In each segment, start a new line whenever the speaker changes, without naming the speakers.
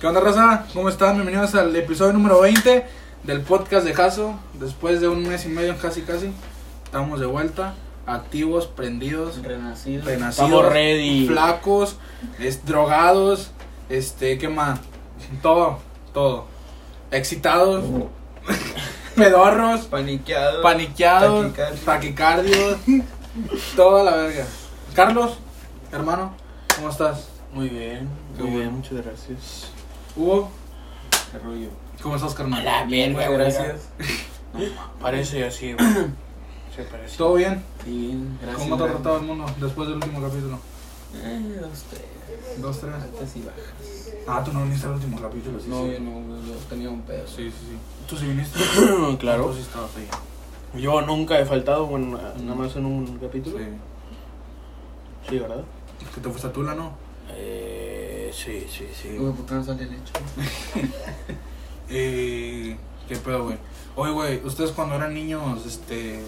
¿Qué onda, raza? ¿Cómo están? Bienvenidos al episodio número 20 del podcast de Caso. Después de un mes y medio, casi casi, estamos de vuelta. Activos, prendidos,
Renacido.
renacidos,
Estamos ready.
flacos, es, drogados, este, ¿qué más? Todo, todo. Excitados, pedorros,
Paniqueado.
paniqueados,
Taquicardia.
taquicardios, toda la verga. Carlos, hermano, ¿cómo estás?
Muy bien,
Qué
muy
bueno.
bien, muchas gracias.
Hugo,
Qué rollo.
¿cómo estás, carnal?
bien,
Muchas gracias.
Parece así, güey. Se parece.
¿Todo bien?
Bien, gracias.
¿Cómo te ha
gracias.
tratado el mundo después del último capítulo?
Eh, dos, tres.
Dos, tres.
Altas y bajas.
Ah, tú no viniste al último capítulo, sí,
No,
sí.
yo no, güey, yo tenía un pedo.
Sí, sí, sí. ¿Tú sí viniste?
claro.
Tú sí estabas ahí.
Yo nunca he faltado, bueno, na- nada más en un capítulo. Sí,
Sí.
¿verdad?
Que te fuiste a Tula, ¿no?
Eh, sí, sí, sí.
Güey, ¿por qué no sale el hecho?
Eh, qué pedo, güey. Oye, güey, ustedes cuando eran niños, este...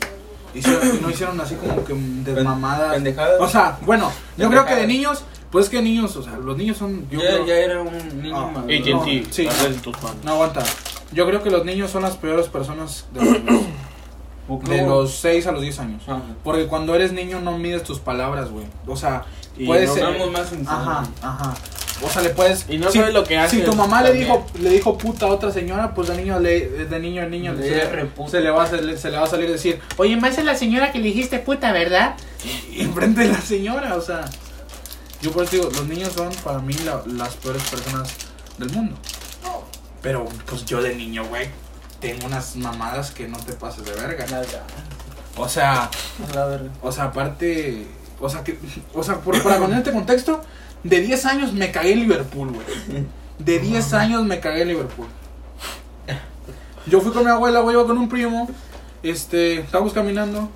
hicieron- no hicieron así como que
Ah,
desmamadas.
pendejadas.
O sea, bueno, yo creo que de
Pendejadas.
niños, pues que niños, o sea, los niños son... Yo
ya,
creo-
ya era un niño
Ah,
maduro.
AT&T.
AT&T,
sí.
tal vez en tus manos.
No aguanta. Yo creo que los niños son las peores personas de los,
¿Por qué,
de
güey?
los 6 a los 10 años.
Ajá.
Porque cuando eres niño no mides tus palabras, güey. O sea,
Y
puedes
no
ser-
sabes-
Somos más sinceros.
Ajá, ajá. O sea, le puedes.
Y no sabes lo que haces
Si tu mamá le
también.
dijo, le dijo puta a otra señora, pues de niño le, de niño a niño
Le
se,
reputa.
se le va a sal- se le va a salir decir, oye, más es la señora que le dijiste puta, ¿verdad? Y enfrente de la señora, o sea. Yo por eso digo, los niños son para mí la- las peores personas del mundo. Pero pues yo de niño, güey, tengo unas mamadas que no te pases de verga.
La verdad.
O sea,
La verdad.
o sea, aparte. O sea, que, o sea por- para poner este contexto, de 10 años me cagué en Liverpool, güey. De 10 años me cagué en Liverpool. Yo fui con mi abuela, güey, iba con un primo. Este, estábamos caminando.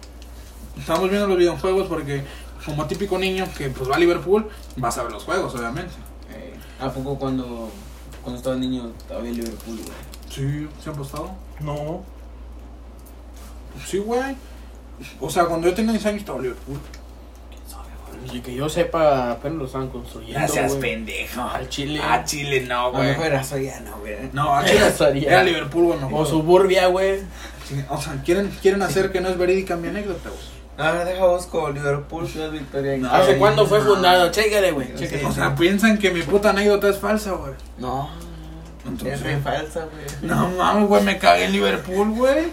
Estábamos viendo los videojuegos porque, como típico niño que pues va a Liverpool, vas a ver los juegos, obviamente.
Eh, ¿A poco cuando, cuando estaba niño estaba en Liverpool, güey?
Sí, ¿se han postado?
No.
Sí, güey. O sea, cuando yo tenía 10 años estaba en Liverpool.
Y que yo sepa, apenas lo estaban construyendo. güey.
pendejo. Ah,
Al chile.
Chile no,
A lo mejor era Soriano, güey.
No, a Chile
Sería-
era Liverpool, güey, me
O
acuerdo.
suburbia, güey.
Sí, O sea, quieren, quieren hacer que no es verídica mi anécdota, güey.
Ahora deja busco Liverpool, Ciudad Victoria.
No.
¿Hace
Ay,
cuándo fue
no.
fundado? Chécale, güey.
Sí.
chécale.
O sea, piensan que mi puta anécdota es falsa, güey.
No.
Entonces- ¿eh?
es re falsa, güey.
No mames, güey, me cagué en Liverpool, güey.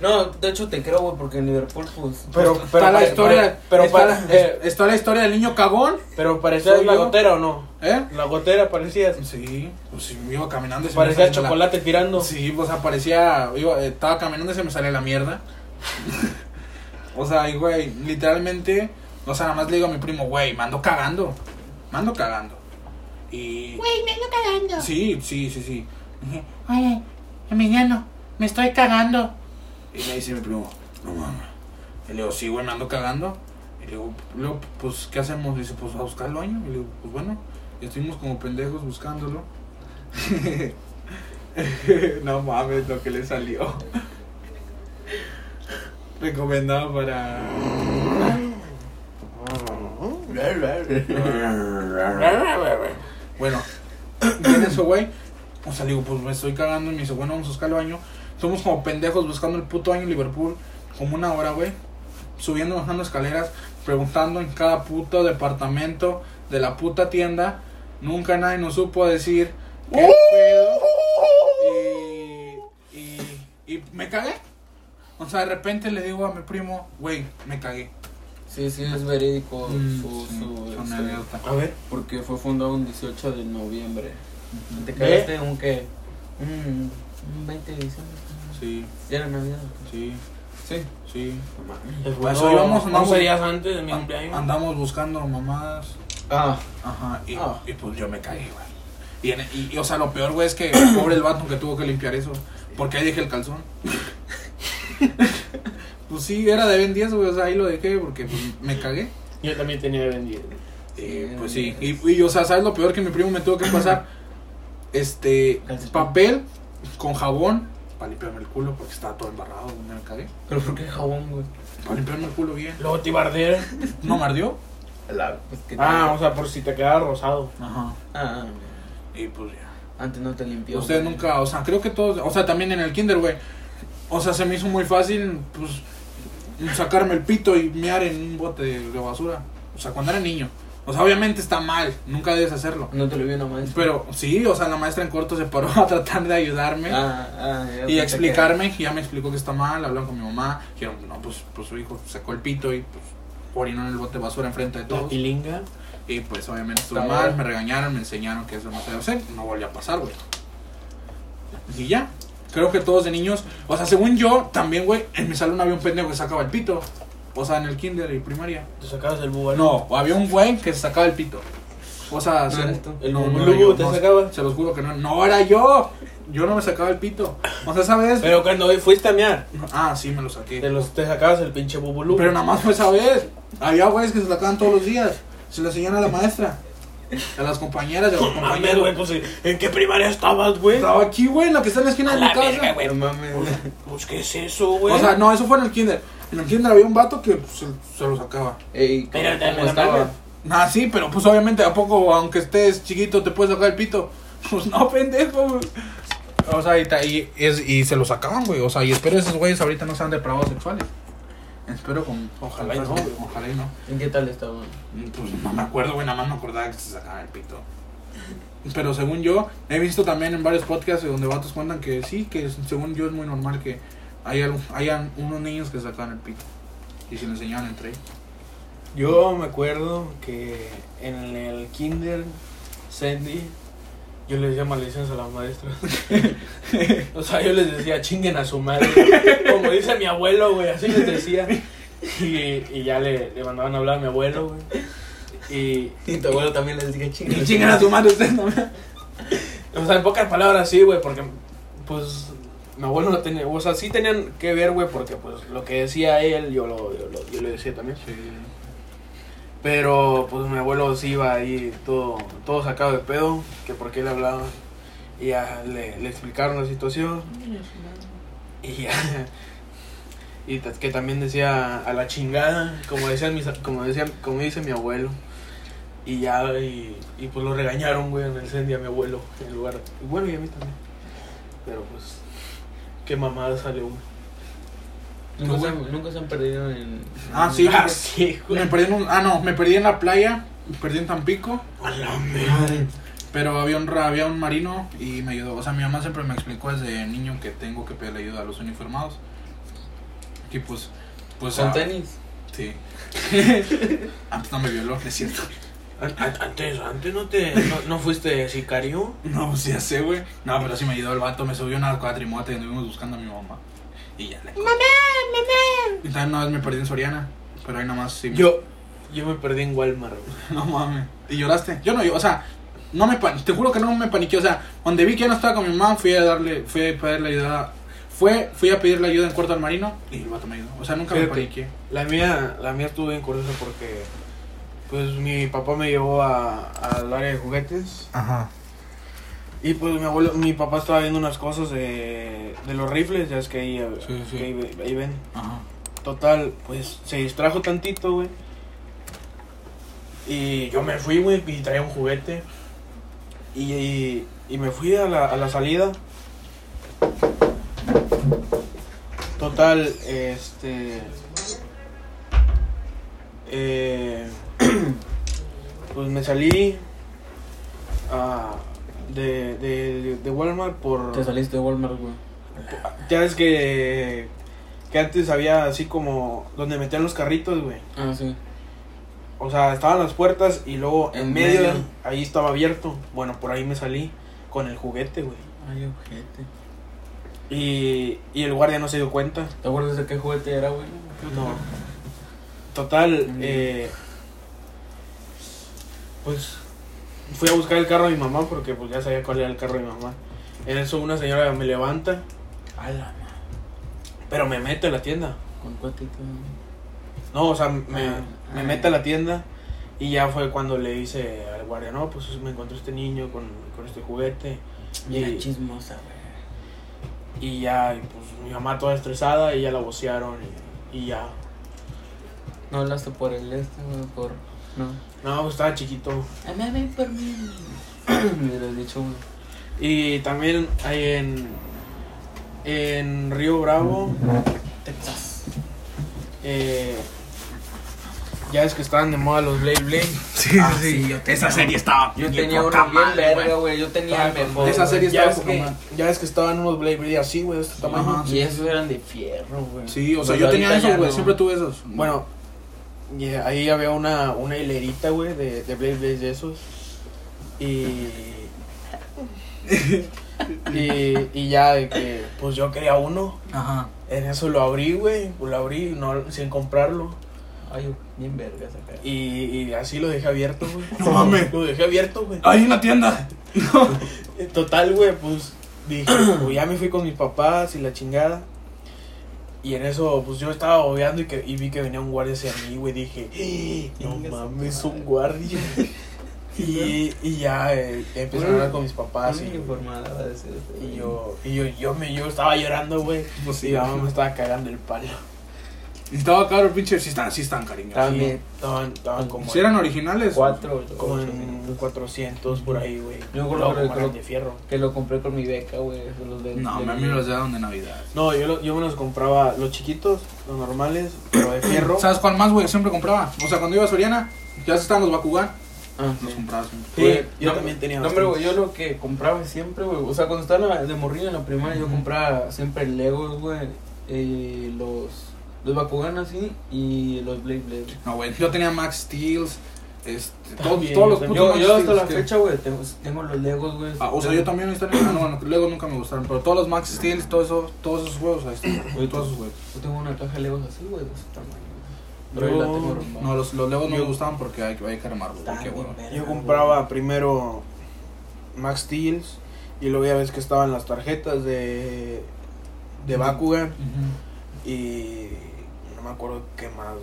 No, de hecho te creo, güey, porque en Liverpool, pues.
Pero, pero,
está la
pare-
historia.
pare- pero,
está,
para, eh,
la, está la historia del niño cagón,
pero parecías
¿Soy
la
yo?
gotera o no?
¿eh?
La gotera parecías.
Sí, pues sí, iba caminando. y se me
Parecía
salió la-
chocolate tirando.
Sí, pues aparecía. Iba, eh, estaba caminando y se me salía la mierda. o sea, y, güey, literalmente. O sea, nada más le digo a mi primo, güey, mando cagando. Mando cagando. Y.
Güey, me ando cagando.
Sí, sí, sí, sí. Dije,
Oye, Emiliano, me estoy cagando.
Y me dice mi primo, no mames. Y le digo, sí, güey, me ando cagando. Y le digo, luego, pues, ¿qué hacemos? dice, pues, a buscar el baño. Y le digo, pues, bueno. Y estuvimos como pendejos buscándolo. no mames lo que le salió. Recomendado para... Bueno, en eso, güey. O sea, le digo, pues me estoy cagando. Y me dice, bueno, vamos a buscar el baño. Somos como pendejos buscando el puto baño en Liverpool. Como una hora, güey. Subiendo, bajando escaleras. Preguntando en cada puto departamento de la puta tienda. Nunca nadie nos supo decir qué pedo. Y, y, y me cagué. O sea, de repente le digo a mi primo, güey, me cagué.
Sí, sí, es verídico
Mm,
su.
sí,
su
son
este,
anécdota.
A ver.
porque fue fundado un 18 de noviembre. ¿Te
¿Eh?
cagaste un qué? Un, un 20 de diciembre.
Sí,
Ya era Navidad.
sí,
Sí.
sí.
Después
Eso íbamos,
no,
andamos- Ah,
días antes de mi cumpleaños.
Andamos buscando mamadas.
Ah,
Ajá, y,
Ah.
y pues yo me caí, güey. Y, en- y- y, o sea, lo peor, güey, es que pobre el vato que tuvo que limpiar eso. Porque ahí dejé el calzón. pues sí, era de Ben 10, güey, o sea, ahí lo dejé porque pues, me cagué.
Yo también tenía vendido.
Y, pues sí, y, y, o sea, ¿sabes lo peor que mi primo me tuvo que pasar? Este,
Calcetín.
papel con jabón para limpiarme el culo porque estaba todo embarrado, güey, me cagué.
pero ¿por qué jabón, güey?
Para limpiarme el culo bien.
Luego te iba a arder.
¿No me ardió?
Pues que
Ah, o sea, por si te quedaba rosado.
Ajá.
Ah,
Y pues ya.
Antes no te limpió.
Ustedes
güey.
nunca, o sea, creo que todos, o sea, también en el kinder, güey. O sea, se me hizo muy fácil, pues, sacarme el pito y mear en un bote de, de basura. O sea, cuando era niño. O sea, obviamente está mal, nunca debes hacerlo.
No te lo vio nomás.
Pero sí, o sea, la maestra en corto se paró a tratar de ayudarme
Ah, ah, ya
y
pensé
a explicarme. Y ya me explicó que está mal, hablaron con mi mamá. Dijeron, no, pues, pues su hijo sacó el pito y pues orinó en el bote de basura enfrente de
La
todos.
pilinga.
Y pues obviamente estuve
Está
mal,
bien.
me regañaron, me enseñaron que eso no se debe hacer, no volvió a pasar, güey. Y ya, creo que todos de niños, o sea, según yo, también, güey, en mi salón había un pendejo que sacaba el pito. O sea, en el kinder y primaria.
Te sacabas el bubano.
No, había un güey que se sacaba el pito. O sea,
No
se-
eres tú.
Ah, El
no, no
bubulubu
era yo,
te
no,
sacaba.
se los juro que no, no era yo. Yo no me sacaba el pito. O sea, esa vez...
Pero cuando hoy fuiste a mear,
Ah, sí, me lo saqué.
te, los, te sacabas el pinche bubulú.
Pero nada más fue esa vez. Había güeyes que se sacaban todos los días. Se lo enseñan a la maestra. A las compañeras, y a los
Mames, güey,
compañeros.
pues ¿en qué primaria estabas, güey?
Estaba aquí, güey, en la que está en la esquina de mi casa.
No mames.
Pues qué es eso, güey.
O sea, no, eso fue en el kinder. En el kinder había un vato que pues, se, se lo sacaba.
Ey, ¿cómo,
Pero dame
cómo
la
estaba?
mano.
Ah, sí, pero pues obviamente, ¿a poco, aunque estés chiquito, te puedes sacar el pito? Pues no, pendejo, güey. O sea, y, ta- y, es- y se lo sacaban, güey. O sea, y espero esos güeyes ahorita no sean depravados sexuales. Espero con...
Ojalá y
con-
no, güey.
Ojalá y no.
¿En qué tal estaba?
Mm, Pues no me acuerdo, güey, nada más me acordaba que se sacaban el pito. Pero según yo, he visto también en varios podcasts donde vatos cuentan que sí, que es- según yo es muy normal que haya, hayan unos niños que sacan el pito. Y se lo enseñaban entre ellos.
Yo me acuerdo que en el kinder, Sandy, yo les decía maldiciones a las maestras. o sea, yo les decía, chinguen a su madre. Como dice mi abuelo, güey, así les decía. Y, y ya le, le mandaban a hablar a mi abuelo, güey. Y,
Y tu abuelo también les dije chinga.
Y chingan a tu madre ustedes no
o sea, en pocas palabras, sí, güey, porque, pues, mi abuelo no tenía, o sea, sí tenían que ver, güey, porque, pues, lo que decía él, yo lo, yo lo, yo lo decía también. Pero pues mi abuelo sí iba ahí todo, todo sacado de pedo, que por qué le hablaban. Y ya le, le explicaron la situación. Y ya. Y ta- que también decía a la chingada, como decían mis, como decían, como dice mi abuelo. Y ya, y, y pues lo regañaron, güey, en el Sendy a mi abuelo, en el lugar. Y bueno, y a mí también. Pero pues, qué mamada sale uno.
¿Nunca, se han, nunca se han perdido en.
Ah, sí,
Ah, sí,
Me
güey.
perdí en un- ah, no, me perdí en la playa, me perdí en Tampico,
A la madre.
pero había un, ra- había un marino y me ayudó. O sea, mi mamá siempre me explicó desde niño que tengo que pedirle ayuda a los uniformados. Y pues, pues...
¿Son
ah,
tenis?
Sí. Antes no me violó, es cierto.
An- an- Antes, antes no te, no, no fuiste sicario.
No, pues ya sé, güey. No, pero sí me ayudó el vato, me subió una cuatrimoto y anduvimos buscando a mi mamá. Y ya la
Mamá, mamá.
Y también una vez me perdí en Soriana, pero ahí nomás sí. me-
Yo, yo me perdí en Walmart. güey.
No mames. ¿Y lloraste? Yo no, yo, o sea, no me pan- te juro que no me paniqué, o sea, donde vi que ya no estaba con mi mamá, fui a darle, fui a pedirle ayuda. Fue, fui a pedirle ayuda en cuarto al marino y el vato me ayudó. O sea, nunca me
Fíjate.
paniqué.
La mía, la mía estuvo bien curiosa porque, pues mi papá me llevó a- al área de juguetes
Ajá.
y pues mi abuelo, mi papá estaba viendo unas cosas de, de los rifles, ya es que ahí,
Sí, sí.
que ahí, ve- ahí ven.
Ajá.
Total, pues se distrajo tantito, güey. Y yo me fui, güey, y traía un juguete. Y, y- y me fui a la, a la salida. Total, este. eh, pues me salí ah, de, de, de Walmart por.
Te saliste de Walmart, güey.
Ya ves que, que antes había así como donde metían los carritos, güey.
Ah, sí.
O sea, estaban las puertas y luego en,
En
medio,
medio.
ahí estaba abierto. Bueno, por ahí me salí con el juguete, güey.
Ay, ojete.
Y, y el guardia no se dio cuenta.
¿Te acuerdas de qué juguete era, güey?
No. Total,
Mm.
eh, pues fui a buscar el carro de mi mamá porque pues ya sabía cuál era el carro de mi mamá. En eso una señora me levanta,
Ala, ma.
pero me mete a la tienda.
Con cuatito.
No, o sea, me,
Ah,
me
ah.
mete a la tienda y ya fue cuando le hice al guardia, no, pues me encontré este niño con, con este juguete
Mira,
Y-
chismosa, güey.
y ya, y pues mi mamá toda estresada y ya la vocearon y, y ya.
No hablaste por el este, güey, por. No.
No, pues estaba chiquito.
A mí, a mí, por mí. Me hubieras dicho, güey.
Y también hay en, en Río Bravo, Texas. eh, ya es que estaban de moda los Blade Blade.
Sí,
Ah, sí, yo tenía-
estaba.
Yo tenía uno bien verga, güey. Yo tenía el mejor.
Esa
güey.
serie
ya,
estaba
es
poca
que,
madre.
ya es que estaban unos Blade Blade así, güey, de este tamaño.
Ajá.
Y esos eran de fierro, güey.
Sí, o sea,
Pero
yo tenía
ahorita Pues ya
esos, güey.
no.
Siempre tuve esos.
Bueno, y ahí había una, una hilerita, güey, de, de Blade Blades de esos. Y. y, y ya de que, pues yo quería uno.
Ajá.
En eso lo abrí, güey. pues Lo abrí no, sin comprarlo.
Ay, bien verga esa cara.
Y, y así lo dejé abierto, güey.
No mames.
Lo dejé abierto, güey.
Hay una tienda.
Eh, Total, güey, pues dije, pues ya me fui con mis papás y la chingada. Y en eso, pues yo estaba bobeando y, que, y vi que venía un guardia hacia mí, güey. Dije, "Eh, no
Chinga su
mames,
madre".
un guardia. y, y ya eh, empecé a hablar con mis papás.
Bien
Y,
informada va a decir este, güey.
y yo, y yo, yo, me, yo estaba llorando, güey.
Pues
Y
sí,
la mamá me estaba cagando el palo.
Y Estaba caro el pinche. Sí, están, sí están, cariño.
Estaban
Sí,
bien.
Estaban, estaban como,
Si eran originales.
Cuatro,
como
ocho
en
minutos.
400 por ahí, güey.
Yo me acuerdo
No,
que-
como
que-
eran de fierro.
Que lo compré con mi beca, güey. de los de-
No,
de-
mami los daban de Navidad.
No, yo, lo- yo me los compraba los chiquitos, los normales, pero de fierro.
¿Sabes cuál más, güey? Siempre compraba. O sea, cuando iba a Soriana, ya estaban los Bakugan.
Ah,
Los compraba siempre.
Sí,
Güey,
yo también tenía
No, pero güey, yo lo que compraba siempre, güey. O sea, cuando estaba en la- de morrillo en la primaria, yo compraba siempre Legos, güey. eh, los, los Bakugan así y los Blade Blade.
No, güey. Yo tenía Max Steels. Este, todos-
También,
todos los
yo
putos
Yo,
Max
yo hasta
Steels
la
que-
fecha, güey, tengo, tengo los Legos, güey.
Ah, o sea,
Tengo-
yo también están en. Ah, no, bueno, luego nunca me gustaron. Pero todos los Max Steels, todos esos, todos esos juegos, ahí están. güey, todos esos juegos.
Yo tengo una caja de Legos así, güey, de ese tamaño. güey. Pero
Yo-
ahí la tengo armada.
No, los, los Legos no me gustaban porque hay, que- hay que armarlos. güey, Qué
Tan
bueno.
bien,
Yo
verga,
compraba primero Max Steels y luego ya ves que estaban las tarjetas de, de Bakugan
Ujú.
y no me acuerdo qué más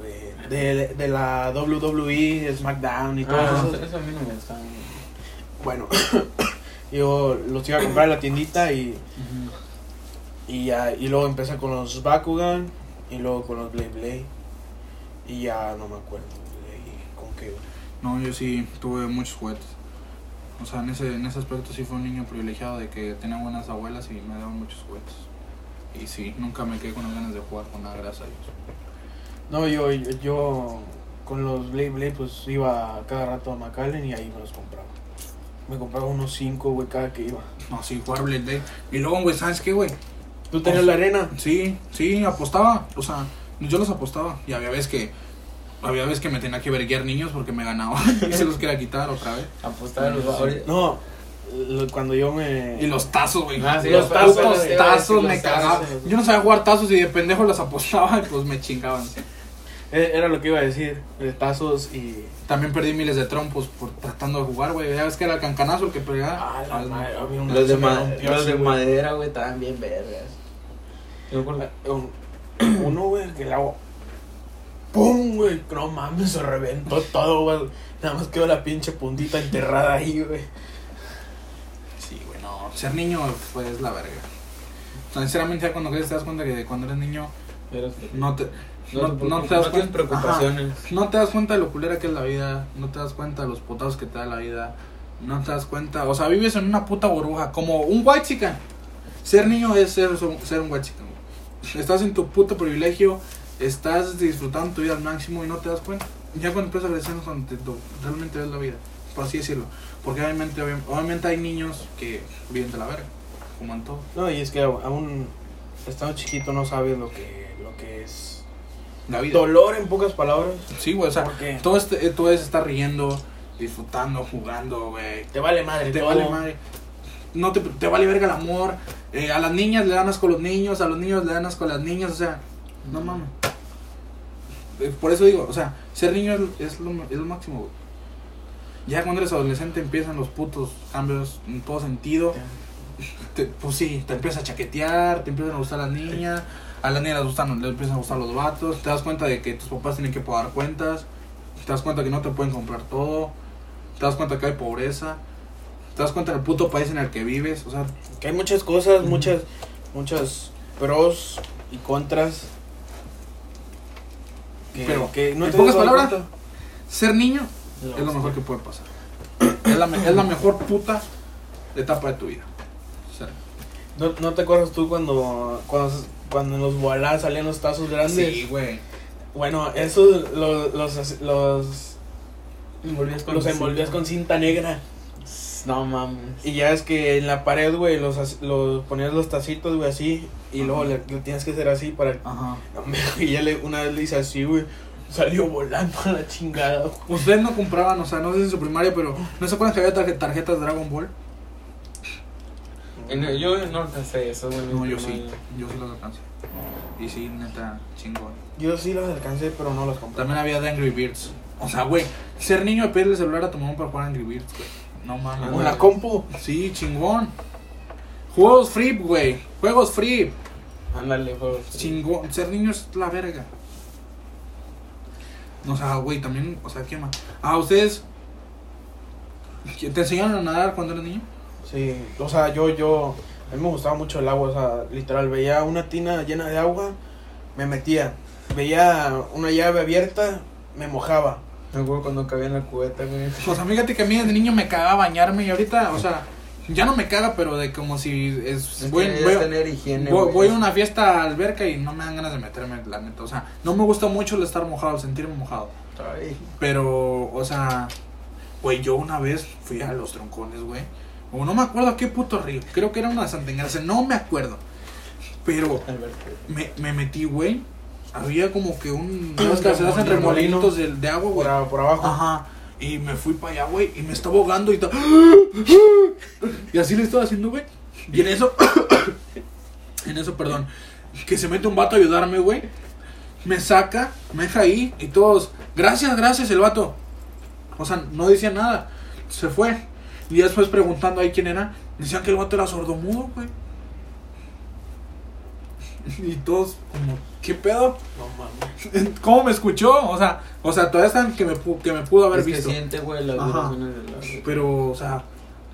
de, de, de la WWE, SmackDown y
güey.
todo
Ah,
eso.
eso, eso a mí no me gustaba. güey.
Bueno, yo los iba a comprar en la tiendita y, y ya y luego empecé con los Bakugan y luego con los Blade Blade y ya no me acuerdo de- con qué.
No, yo sí tuve muchos juguetes. O sea, en ese, en ese aspecto sí fue un niño privilegiado de que tenía buenas abuelas y me daban muchos juguetes. Y sí, nunca me quedé con las ganas de jugar con nada, gracias a Dios.
No, yo, yo, yo con los Blade Blade pues iba cada rato a McAllen y ahí me los compraba. Me compraba unos 5, güey, cada que iba.
No, sí, jugar Blade Day. Y luego, güey, ¿sabes qué, güey?
¿Tú tenías la arena?
Sí, sí, apostaba. O sea, yo los apostaba. Y había veces que. Había veces que me tenía que verguiar niños porque me ganaba y se los quería quitar otra vez.
Apostaba a los ahorita-
No, lo- cuando yo me...
Y los tazos, güey.
Ah, sí,
los
los tazos,
tazos,
te iba a decir,
tazos, me
los
cagaba.
tazos.
Yo no sabía jugar tazos y de pendejo los apostaba y pues me chingaban.
Eh, Era lo que iba a decir, de tazos y...
También perdí miles de trompos por tratando de jugar, güey. Ya ves que era el cancanazo el que pegaba.
Ah, la
Ah,
madre,
no.
había un-
Los de,
se me
ma-
rompió
los
así,
de
güey.
madera, güey, estaban bien vergas. Yo con la...
Un- Uno, güey, que le hago... ¡Pum, güey! No mames, se reventó todo, güey. Nada más quedó la pinche puntita enterrada ahí, güey.
Sí, güey, no. Ser niño, pues es la verga. O sea, sinceramente, ya cuando creces te das cuenta que cuando eres niño no te, no, no te
tienes
das cuenta.
preocupaciones.
Ajá. No te das cuenta de lo culera que es la vida. No te das cuenta de los potados que te da la vida. No te das cuenta. O sea, vives en una puta burbuja. Como un white chica. Ser niño es ser, ser un white chica. Estás en tu puto privilegio. Estás disfrutando tu vida al máximo y no te das cuenta. Ya cuando empiezas a crecer es cuando te- lo- realmente ves la vida. Por así decirlo. Porque obviamente, obvi- obviamente hay niños que viven de la verga. Como en todo.
No, y es que aún estando chiquito no sabes lo que, lo que es
La vida.
dolor en pocas palabras.
Sí, güey. O sea,
¿Por qué?
todo, este, eh, todo es estar riendo, disfrutando, jugando, güey.
Te vale madre,
Te
todo.
vale madre. No te, te vale verga el amor. eh, a las niñas le dan asco a los niños, a los niños le dan asco a las niñas, o sea, no mames. Eh, Por eso digo, o sea, ser niño es, es lo, es lo máximo, güey. Ya cuando eres adolescente empiezan los putos cambios en todo sentido. Te- pues sí, te empiezas a chaquetear, te empiezan a gustar las niñas, a las niñas les, gustan, les empiezan a gustar los vatos, te das cuenta de que tus papás tienen que pagar cuentas, te das cuenta que no te pueden comprar todo, te das cuenta que hay pobreza, te das cuenta del puto país en el que vives, o sea,
Que hay muchas cosas, muchas, muchas pros y contras. Que,
Pero,
que
en
te
pocas
has dado
palabras,
cuenta.
ser niño es lo mejor que puede pasar. Es la, me- es la mejor puta etapa de tu vida. O sea,
¿No, no te acuerdas tú cuando, cuando, cuando en los voilá salían los tazos grandes?
sí, güey.
Bueno, esos los, los, los,
Envolvías
los envolvías con cinta negra.
No mames.
Y ya es que en la pared, güey, los, as- los ponías los tacitos, güey, así. Y luego le, le tienes que hacer así para.
Ajá.
No, me- y ya le, una vez le hice así, güey. Salió volando a la chingada, güey.
Ustedes no compraban, o sea, no sé si en su primaria, pero ¿no se acuerdan que había tarje- tarjetas de Dragon Ball?
En- yo no alcancé eso, güey.
No, yo sí, yo sí los alcancé. Y sí, neta, chingón.
Yo sí los alcancé, pero no los compré.
También había de Angry Birds. O sea, güey, ser niño y pedirle el celular a tu mamá para jugar Angry Birds, güey. No
Ah,
mames.
Una compu.
Sí, chingón. Juegos free, güey. Juegos free.
Ándale, por
Chingón. Ser niño es la verga. O sea, güey, también, o sea, ¿qué más? Ah, ustedes. ¿Te enseñaron a nadar cuando eras niño?
Sí, o sea, yo, yo, a mí me gustaba mucho el agua, o sea, literal, veía una tina llena de agua, me metía, veía una llave abierta, me mojaba.
Me acuerdo cuando cabía en la cubeta, güey.
O sea, fíjate que a mí de niño me cagaba bañarme y ahorita, o sea, ya no me caga, pero de como si es,
Es
voy,
que
voy-
es tener higiene,
voy-
güey.
voy a una fiesta a alberca y no me dan ganas de meterme, la neta. O sea, no me gusta mucho el estar mojado, el sentirme mojado.
Ay.
Pero, o sea, güey, yo una vez fui a los troncones, güey. O no me acuerdo a qué puto río. Creo que era una de Santa Engracia, no me acuerdo. Pero
Alberto.
me, me metí, güey. Había como que un... ¿Sabes
Un
que se hacen
remolino.
remolinos de, de agua, güey?
Por, a- por abajo.
Ajá. Y me fui para allá, güey, y me estaba ahogando y ta- Y así le estaba haciendo, güey. Y en eso, en eso, perdón, que se mete un vato a ayudarme, güey. Me saca, me deja ahí y todos, gracias, gracias, el vato. O sea, no decía nada. Se fue. Y ya después preguntando ahí quién era, decían que el vato era sordomudo, güey. Y todos como, ¿qué pedo?
No mames.
¿Cómo me escuchó? O sea, o sea, todavía están que me, pu- que me pudo haber
Es que
visto.
siente, güey, las
Ajá.
vibraciones del agua.
Pero, o sea,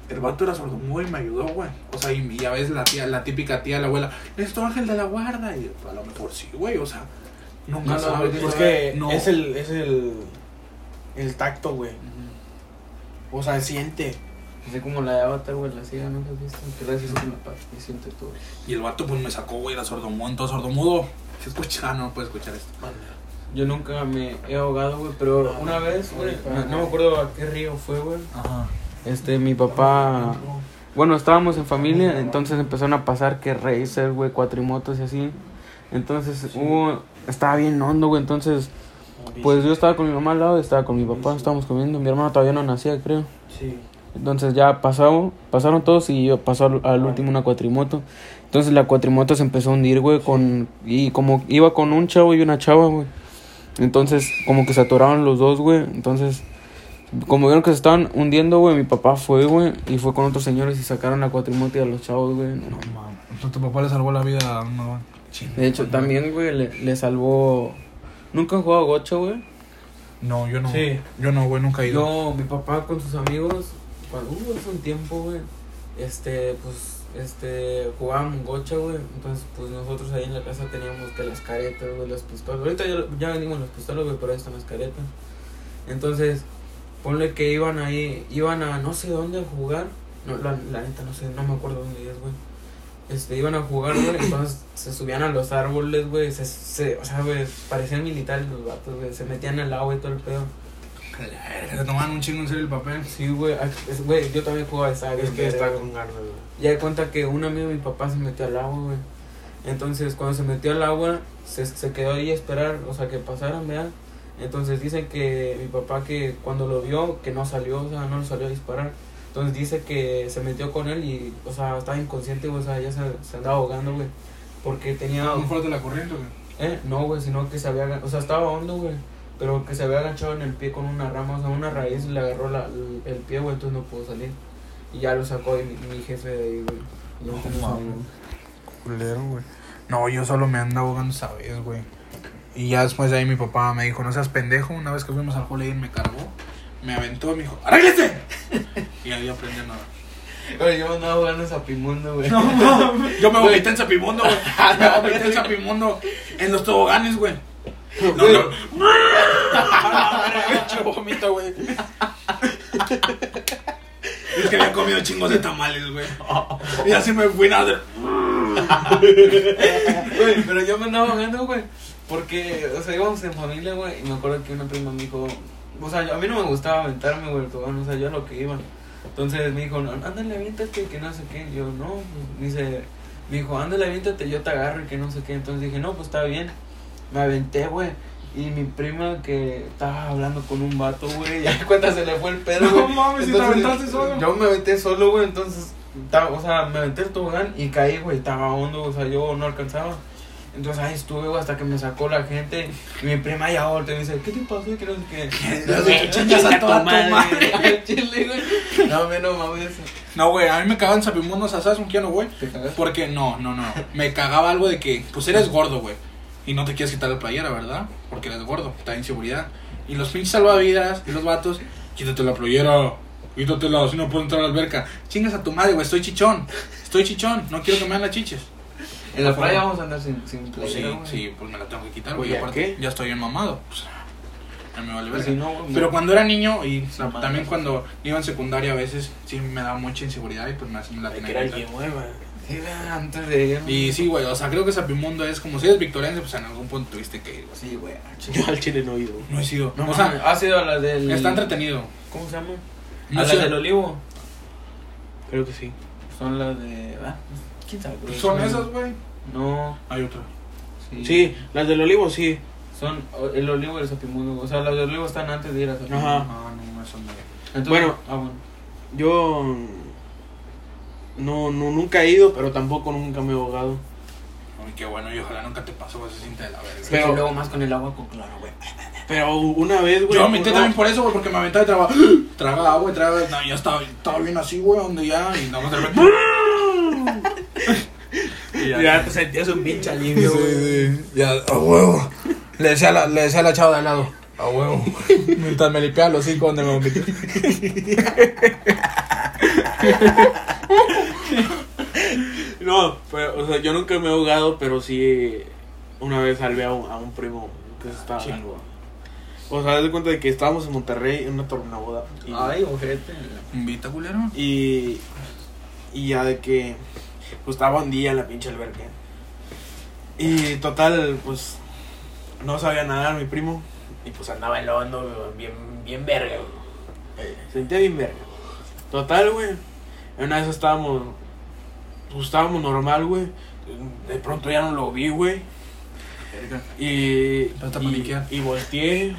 el vato era sordomudo y me ayudó, güey. O sea, y, y a veces la tía, la típica tía, la abuela, es tu ángel de la guarda. Y a lo mejor sí, güey, o sea, nunca
No, no,
sabes.
porque
güey.
Es que
no.
es el, es el, el tacto, güey.
Ujú.
O sea, siente.
Así Pues como la de Avatar, güey, la silla, ¿no? has visto? Que gracias con la paz y siente todo.
Y el vato, pues, me sacó, güey, era sordomudo. Entonces, sordomudo, ¿qué escucha? Ah, no, no puede escuchar esto.
Yo nunca me he ahogado, güey, pero una vez, güey, Ah, no, no me acuerdo a qué río fue, güey.
Ajá.
Este, mi papá. Bueno, estábamos en familia, entonces empezaron a pasar que racer, güey, cuatrimotos y así. Entonces hubo. Estaba bien hondo, güey, entonces. Pues yo estaba con mi mamá al lado, estaba con mi papá, estábamos comiendo. Mi hermano todavía no nacía, creo.
Sí.
Entonces ya pasaron, pasaron todos y yo pasó al, al último una cuatrimoto. Entonces la cuatrimoto se empezó a hundir, güey, con y como iba con un chavo y una chava, güey. Entonces como que se atoraron los dos, güey. Entonces como vieron que se estaban hundiendo, güey, mi papá fue, güey, y fue con otros señores y sacaron la cuatrimoto y a los chavos, güey. No,
mames. Entonces, tu papá le salvó la vida a un mamá.
de hecho, también, güey, le, le salvó... Nunca han jugado gocha, güey.
No, yo no.
Sí.
Yo no, güey, nunca he ido.
Yo, mi papá con sus amigos, cuando hubo hace un tiempo, güey, este, pues, este, jugaban gocha, güey, entonces, pues, nosotros ahí en la casa teníamos que las caretas, güey, las pistolas, ahorita ya, ya vendimos las pistolas, güey, pero ahí están las caretas, entonces, ponle que iban ahí, iban a no sé dónde a jugar, no, la, la neta, no sé, no me acuerdo dónde es, güey, este, iban a jugar, güey, entonces se subían a los árboles, güey, se, se, o sea, güey, parecían militares los vatos, güey, se metían al agua y todo el pedo.
Se tomaban un chingo en serio el papel.
Sí, güey, ah, es- güey, yo también jugaba esa,
Es que está con ganas, güey.
Ya de cuenta que un amigo de mi papá se metió al agua, güey. Entonces, cuando se metió al agua, se, se quedó ahí a esperar, o sea, que pasaran, ¿verdad? Entonces, dice que mi papá que cuando lo vio, que no salió, o sea, no lo salió a disparar. Entonces, dice que se metió con él y, o sea, estaba inconsciente, güey, o sea, ya se, se andaba ahogando, güey. Porque tenía...
¿No fuerte la corriente, güey?
Eh, no, güey, sino que se había... aga- O sea, estaba hondo, güey. Pero que se había agachado en el pie con una rama, o sea, una raíz, le agarró la, el, el pie, güey, entonces no pudo salir. Y ya lo sacó y mi, mi jefe de ahí, güey. Y
No,
entonces,
mames. Culero, güey. No, yo solo me ando ahogando esa vez, güey. Y ya después de ahí mi papá me dijo, no seas pendejo. Una vez que fuimos al Holiday Inn me cargó, me aventó y me dijo, ¡arréglese! y ahí aprendí a nadar.
Güey, yo andaba jugando a Zapimundo, güey.
Yo me vomité en Zapimundo, güey. Me vomité en Zapimundo. En los toboganes, güey. No, no.
Ah, la verga, pinche vómito, güey.
Es que había comido chingos de tamales, güey. Y así me fui nada. de-
Güey, pero yo me andaba ahogando, güey. Porque, o sea, íbamos en familia, güey. Y me acuerdo que una prima me dijo. O sea, yo- a mí no me gustaba aventarme, güey, el tobogán, O sea, yo a lo que iba. Entonces me dijo, no, ándale, aviéntate, que no sé qué. Yo, no. pues, Dice, me dijo, ándale, aviéntate, yo te agarro y que no sé qué. Entonces dije, no, pues está bien. Me aventé, güey. Y mi prima que estaba hablando con un vato, güey. Ya cuenta se le fue el pedo, güey.
No mames, ¿y te
Entonces,
aventaste solo?
Yo me aventé solo, güey. Entonces, ta- o sea, me aventé el tobogán y caí, güey. Estaba hondo, o sea, yo no alcanzaba. Entonces ahí estuve, güey, hasta que me sacó la gente. Y mi prima ya ahorita me dice, ¿qué te pasó? Y que no sé qué.
Le has hecho chingas a toda tu madre.
Al Chile, güey. No, me no mames.
No, güey, a mí me cagaban sabimundos a ¿sabes con quién, güey?
¿Te cagaste?
Porque no, no, no. Me cagaba algo de que, pues eres gordo, güey. Y no te quieres quitar la playera, ¿verdad? Porque eres gordo, está inseguridad. Y los pinches salvavidas y los vatos, quítate la playera, quítatela, si no puedo entrar a la alberca. Chingas a tu madre, güey, estoy chichón. Estoy chichón, no quiero que me vean las chiches.
En la playa vamos a andar sin, sin
Pues sí,
playera, güey.
sí, pues me la tengo que quitar, güey.
Pues, ¿ya
aparte,
qué?
ya estoy bien mamado. Pues, ya me vale
Pues,
verga.
si no, güey,
Pero
güey.
cuando era niño y
No mames.
también cuando iba en secundaria a veces sí me daba mucha inseguridad y pues me, me la
Hay que
tenía
era
que
alguien
quitar.
nueva.
Sí, güey, antes de ir.
Y sí, güey, o sea, creo que Sapimundo es como si eres victoriano, pues en algún punto tuviste que ir. güey.
Sí, güey. al Chile.
Yo al chile no he ido.
No he sido.
No,
o sea, ah,
mames, ha sido a la del.
está entretenido.
¿Cómo se llama?
No
a
he
la
sido.
del olivo.
Creo que sí.
Son las de. ah, ¿Quién sabe? güey?
Pues, Son esas, güey.
No.
Hay otra.
Sí.
Sí, las del olivo sí.
Son o- el olivo y el sapimundo. O sea, los del olivo están antes de ir a sapimundo.
Ajá.
Ah, no, eso no.
Entonces-
Bueno.
Ah, bueno.
Yo mm, no, no nunca he ido, pero tampoco nunca me he ahogado.
Ay, qué bueno, y ojalá nunca te pasó, güey, se siente de la verga.
Sí,
Pero-
y luego más con el agua con cloro, güey.
Pero una vez, güey.
Yo pues, me metí
una-
también por eso, güey, porque me aventaba y traba. Traga agua y traga. No, yo estaba, estaba bien así, güey, donde ya. Y nada más de repente. Y ya.
Ya te sentías un pinche alivio, güey.
Ya, a huevo. Le decía a la, le decía a la chava de al lado. A huevo. Mientras me limpiaba los cinco donde me vomité.
No, pero, o sea, yo nunca me he ahogado, pero sí una vez salvé a un, a un primo que se estaba ahogando. O sea, haz de cuenta de que estábamos en Monterrey en una tornaboda. Y,
Ay, ojete.
¿Invita, culero?
y, y ya de que pues, estaba un día en la pinche alberca. Y total, pues no sabía nadar mi primo. Y pues andaba en lo hondo, bien, bien verga. güey. Sentía bien verga. Total, güey. En una de esas estábamos, pues estábamos normal, güey. De pronto ya no lo vi, güey. Y,
Empezaste a
y,
paniquear.
y volteé.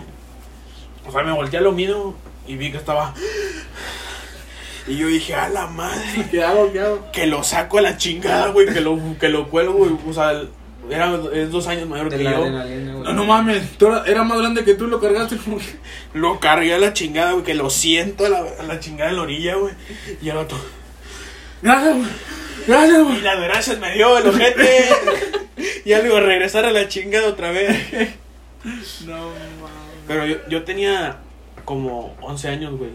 O sea, me volteé a lo mío y vi que estaba. Y yo dije, a la madre,
¿Qué hago? ¿Qué hago?
que lo saco a la chingada, güey, que lo, que lo cuelgo, güey. O sea, era, es dos años mayor
De
que
la
yo.
adrenalina, güey.
No, no mames. Tú era, era más grande que tú, lo cargaste. como que-
Lo cargué a la chingada, güey, que lo siento a la, a la chingada de la orilla, güey. Y el otro,
Gracias, güey. Gracias,
y
güey.
las gracias me dio el ojete. y ya le digo, regresar a la chingada otra vez.
No mames.
Pero yo, yo tenía como 11 años, güey.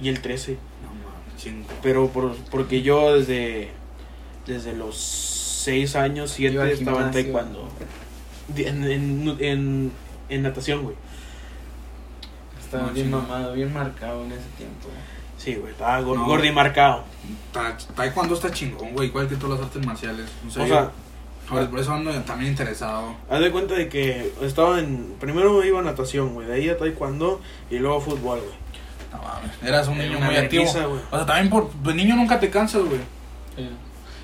Y el 13.
No mames, chingo.
Pero por, porque yo desde, desde los 6 años, 7
Iba al
estaba en
gimnasio.
taekwondo. Di- En, en, en, en natación, güey.
Estaba
No,
bien
sí, no.
mamado, bien marcado en ese tiempo.
Sí, güey, estaba gor-
No.
gordo y marcado.
Ta- Taekwondo está chingón, güey. Igual que todas las artes marciales. O sea,
O sea,
yo- por, por eso ando también interesado.
haz de cuenta de que estaba en. Primero iba a natación, güey. De ahí a taekwondo y luego fútbol, güey.
No mames. Eras un
Era
niño
una
muy activo.
vergüenza, güey.
O sea, también por. De niño nunca te cansas, güey.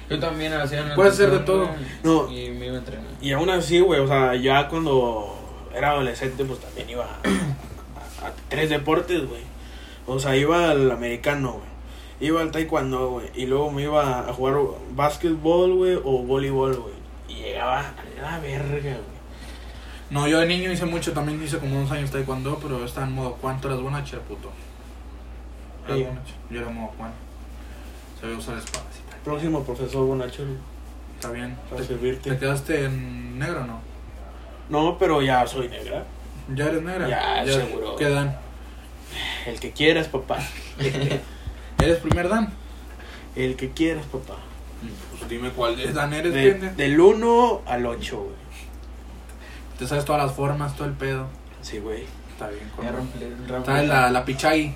Yo también hacía una
Puedes hacer de
natación,
todo.
güey, Y me iba a entrenar.
Y aún así, güey, o sea, ya cuando era adolescente, pues también iba a, a- a tres deportes, güey. O sea, iba al americano, güey. Iba al taekwondo, güey. Y luego me iba a jugar básquetbol, güey, o voleibol, güey. Y llegaba a la verga, güey.
No, yo de niño hice mucho, también hice como dos años taekwondo, pero estaba en modo Juan, tú eras buena, che, puto. Eras
Sí.
buena, che. Yo era modo Juan. Sabía usar espadas y tal.
Próximo profesor Bonachero,
Está bien.
para
¿Te, te
servirte.
quedaste en negro o no?
No, pero ya soy negra.
¿Ya eres negra?
Ya, seguro.
¿Qué dan?
El que quieras, papá.
¿Eres primer dan?
El que quieras, papá.
Pues dime cuál es dan eres,
De-
pende.
del 1 al 8, güey.
Te sabes todas las formas, todo el pedo.
Sí, güey.
Está bien,
Ya
correcto.
rompí el ramo.
Está la, la pichagui.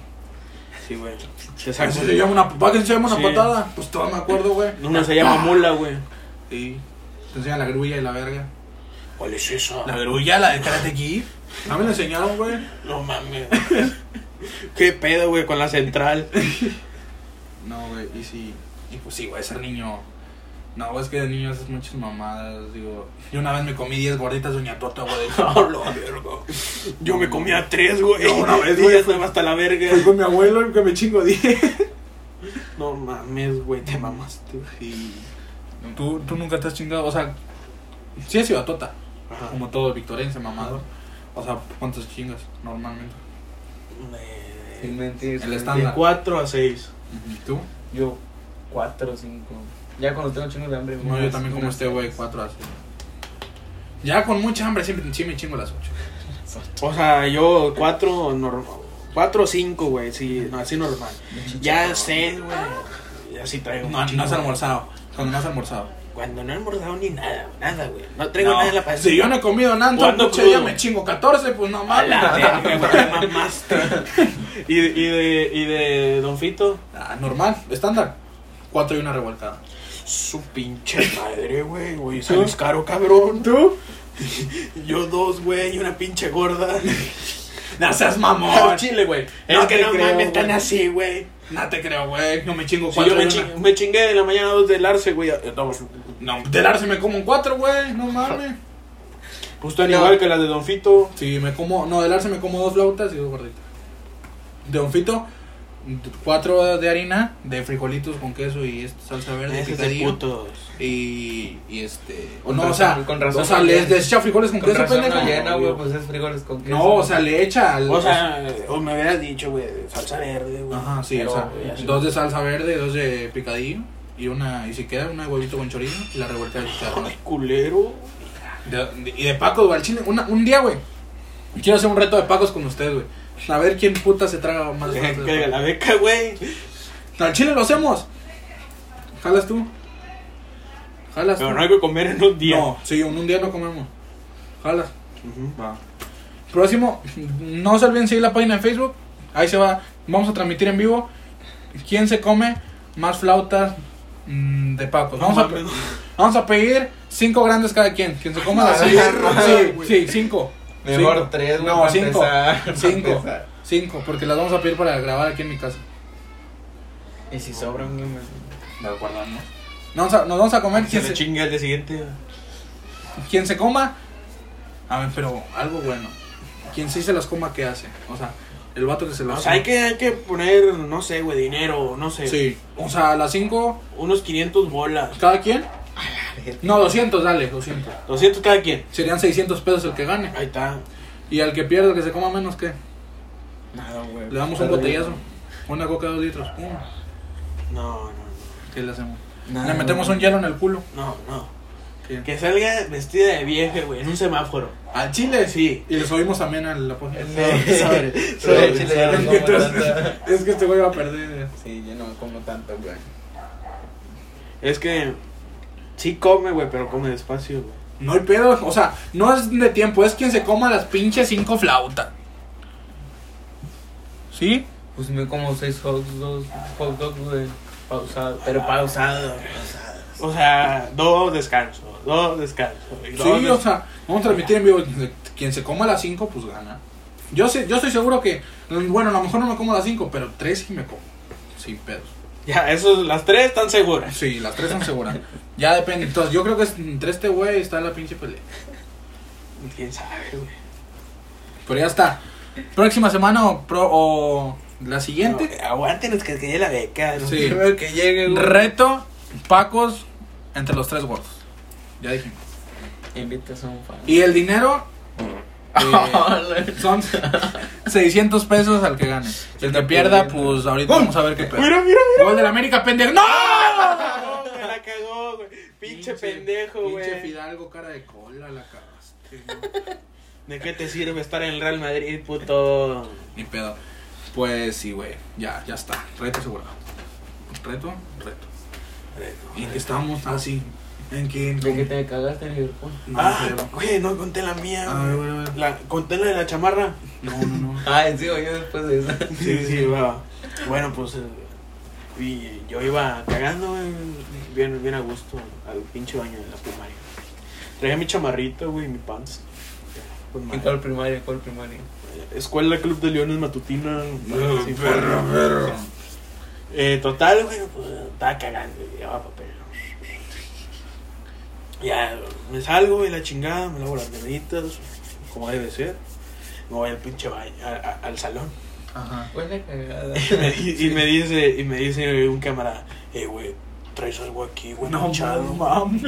Sí, güey. Se
Eso
sacó.
se llama una, ¿para qué se llama una
Sí.
patada? Pues todavía me acuerdo, güey.
Una se llama mula, güey. Sí.
Te enseñan la grulla y la verga.
¿Cuál es esa?
La grulla, la de Karate Kid. A mí Ah, me la enseñaron, güey.
No mames. ¿Qué pedo, güey, con la central?
No, güey, y sí. Y pues sí, güey, ser niño. No, güey, es que de niño haces muchas mamadas, digo. Yo una vez me comí 10 gorditas de Doña Tota, güey.
No, la verga. Yo me comía tres, güey.
No, una vez,
Y
güey,
ya estaba hasta la verga.
Fui con mi abuelo y que me chingo 10.
No mames, güey, te mamaste.
Sí. ¿Tú, tú nunca te has chingado, o sea, sí es Ciudad Tota,
Ajá.
como todo victorense, mamado. O sea, ¿cuántas chingas normalmente?
Sin
Eh,
mentir.
El
sin
stand-
De 4 a 6.
¿Y tú?
mentir. Yo, cuatro o cinco. Ya cuando tengo chingo de hambre.
No, yo también como este güey, 4 a 6. Ya con mucha hambre siempre sí me chingo las 8.
O sea, yo 4 normal. 4 o 5, güey, sí, no, así normal. Ya 6, güey. Ya sí traigo.
No,
un chingo,
no has
güey.
almorzado, cuando no has almorzado.
Cuando no he almorzado ni nada, nada, güey. No traigo
No,
nada en la panza.
Si yo no he comido nada,
¿Cuándo
entonces ya
crudo?
me chingo 14, pues no
A
mames.
la verga, güey, te mamaste. ¿Y, de- y, de, ¿Y de Don Fito?
Ah, normal, estándar. 4 y una revolcada.
Su pinche madre, güey, güey. Sales caro, cabrón. ¿Tú? Yo dos, güey, y una pinche gorda.
No seas
Al
mamón.
chile, güey.
No
es que
te
Ah, no
creo,
mames,
güey.
están así, güey.
No te creo, güey. Yo me chingo
Si
4
yo me,
y una.
ching- me chingué de la mañana a dos del arce, güey. eh, pues, Estamos.
No, del arce me como un 4, güey. No mames.
Pues están
No.
igual que las de Don Fito.
Sí, me como. No, del arce me como dos flautas y dos gorditas. De onfito, cuatro de harina, de frijolitos con queso y esta salsa verde
Ese es de
picadillo.
putos.
Y, y este.
Con
no, o
razón,
sea,
con razón
o sea
no
les
llena.
desecha frijoles con,
Con
queso,
razón
pendejo.
no llena,
no,
güey, pues es frijoles con queso.
o sea, le echa. al-
O sea, o me hubieras dicho, güey, salsa verde, güey.
Ajá, sí,
Pero,
o sea,
güey, así.
dos de salsa verde, dos de picadillo. Y una, y si queda, una de huevito con chorizo y la revuelta de chicharrón.
Ay, culero.
De- de- y de Paco güey, al chile, una- un día, güey. Quiero hacer un reto de Pacos con ustedes, güey. A ver quién puta se traga más.
Deja
flautas
que
de
haga la beca, güey.
Paco. Al chile lo hacemos. ¿Jalas tú? ¿Jalas
Pero
tú?
no hay que comer en un día.
No, sí, en un día no comemos. ¿Jalas?
Ujú.
Va. Próximo, no se olviden seguir la página en Facebook. Ahí se va. Vamos a transmitir en vivo. ¿Quién se come más flautas mm, de Paco? Vamos, a,
mames.
vamos a pedir cinco grandes cada quien. Quien se coma las
Ah,
cinco.
perro,
Sí,
güey.
sí, cinco.
Mejor
Cinco.
tres, güey.
No,
para
cinco.
empezar, para
Cinco.
empezar.
Cinco, porque las vamos a pedir para grabar aquí en mi casa.
Y si sobran, güey. me-
De acuerdo, ¿no? Nos vamos a, nos vamos a comer.
Se
Quien
le
se,
chingue al día siguiente.
quien se coma. A ver, pero algo bueno. Quien sí se las coma, ¿qué hace? O sea, el vato que se las
O sea, Pues hay que, hay que poner, no sé, güey, dinero, no sé.
Sí, o sea, a las cinco, pues,
Unos 500 bolas.
cada quien. No, 200, dale, 200.
200 cada quien.
Serían 600 pesos el que gane.
Ahí está.
Y al que pierda, el que se coma menos, ¿qué?
Nada, güey.
Le damos un
Pero-
botellazo. Una coca de dos litros. pum.
No, no, no.
¿Qué le hacemos?
Nada,
le metemos
güey.
un hielo en el culo.
No, no.
¿Qué?
Que salga vestida de vieja, güey, en un semáforo.
Al chile,
Sí.
Y le subimos también al la página.
Sí, sobre, sobre el chile ya no como tanto.
Es que este güey va a perder.
Sí, yo no como tanto, güey.
Es que sí come, güey, pero come despacio, güey.
No hay pedo. O sea, no es de tiempo, es quien se coma las pinches cinco flautas. ¿Sí?
Pues me como seis hot dogs, hot dogs, güey. Pausado. Pero pausado.
O sea, dos descanso, dos descanso. y dos
Sí,
des-
o sea, vamos a transmitir en vivo. Quien se coma las 5, pues gana. Yo sé, yo estoy seguro que, bueno, a lo mejor no me como las 5, pero 3 sí me como. Sin pedos.
Ya, esos, las tres están seguras.
Sí, las 3 son seguras. ya depende. Entonces, yo creo que es- entre este güey está la pinche pelea.
¿Quién sabe, güey?
Pero ya está. Próxima semana o, pro- o la siguiente.
No, aguántenos que quede la beca. ¿no?
Sí.
Primero que llegue, güey.
Reto, Pacos, entre los tres gordos. Ya dijimos.
Invitas a un fan.
Y el dinero... eh, son 600 pesos al que gane. El que pierda, pues ahorita vamos a ver qué pedo.
Mira, mira,
Gol del América, pendejo. ¡No!
mira. Me la cagó, güey. Pinche pendejo,
Pinche
güey.
Fidalgo, cara de cola, la cagaste. ¿no?
¿De qué te sirve estar en el Real Madrid, puto?
Ni pedo. Pues sí, güey. Ya, ya está. Reto asegurado. Reto, reto. ¿En qué estamos? Ah, sí. ¿En qué?
¿De que te cagaste en Liverpool?
No,
Ah,
pero-
güey, no Ah, conté la mía.
A ver,
güey.
güey, güey.
La, conté la de la chamarra.
No, no, no.
Ah, sí, güey, yo después de eso.
Sí, sí, va. Bueno, pues. eh, Y yo iba cagando, güey, bien, bien a gusto, al pinche baño de la primaria. Traía mi chamarrita, güey, y mi pants. Con
¿En
madre.
cuál primaria? ¿Cuál primaria?
Escuela Club de Leones Matutina. así fue.
Ah, perro, perro.
Eh, total, güey, pues, estaba cagando, güey, llevaba papel. Ya, me salgo, güey, la chingada, me lavo las deditas, como debe ser. Me voy al pinche baño, a- a- al salón.
Ajá.
Buena cagada.
Y me, di- y me dice, y me dice un camarada, eh, güey, traes algo aquí, güey,
No
manchado.
mames.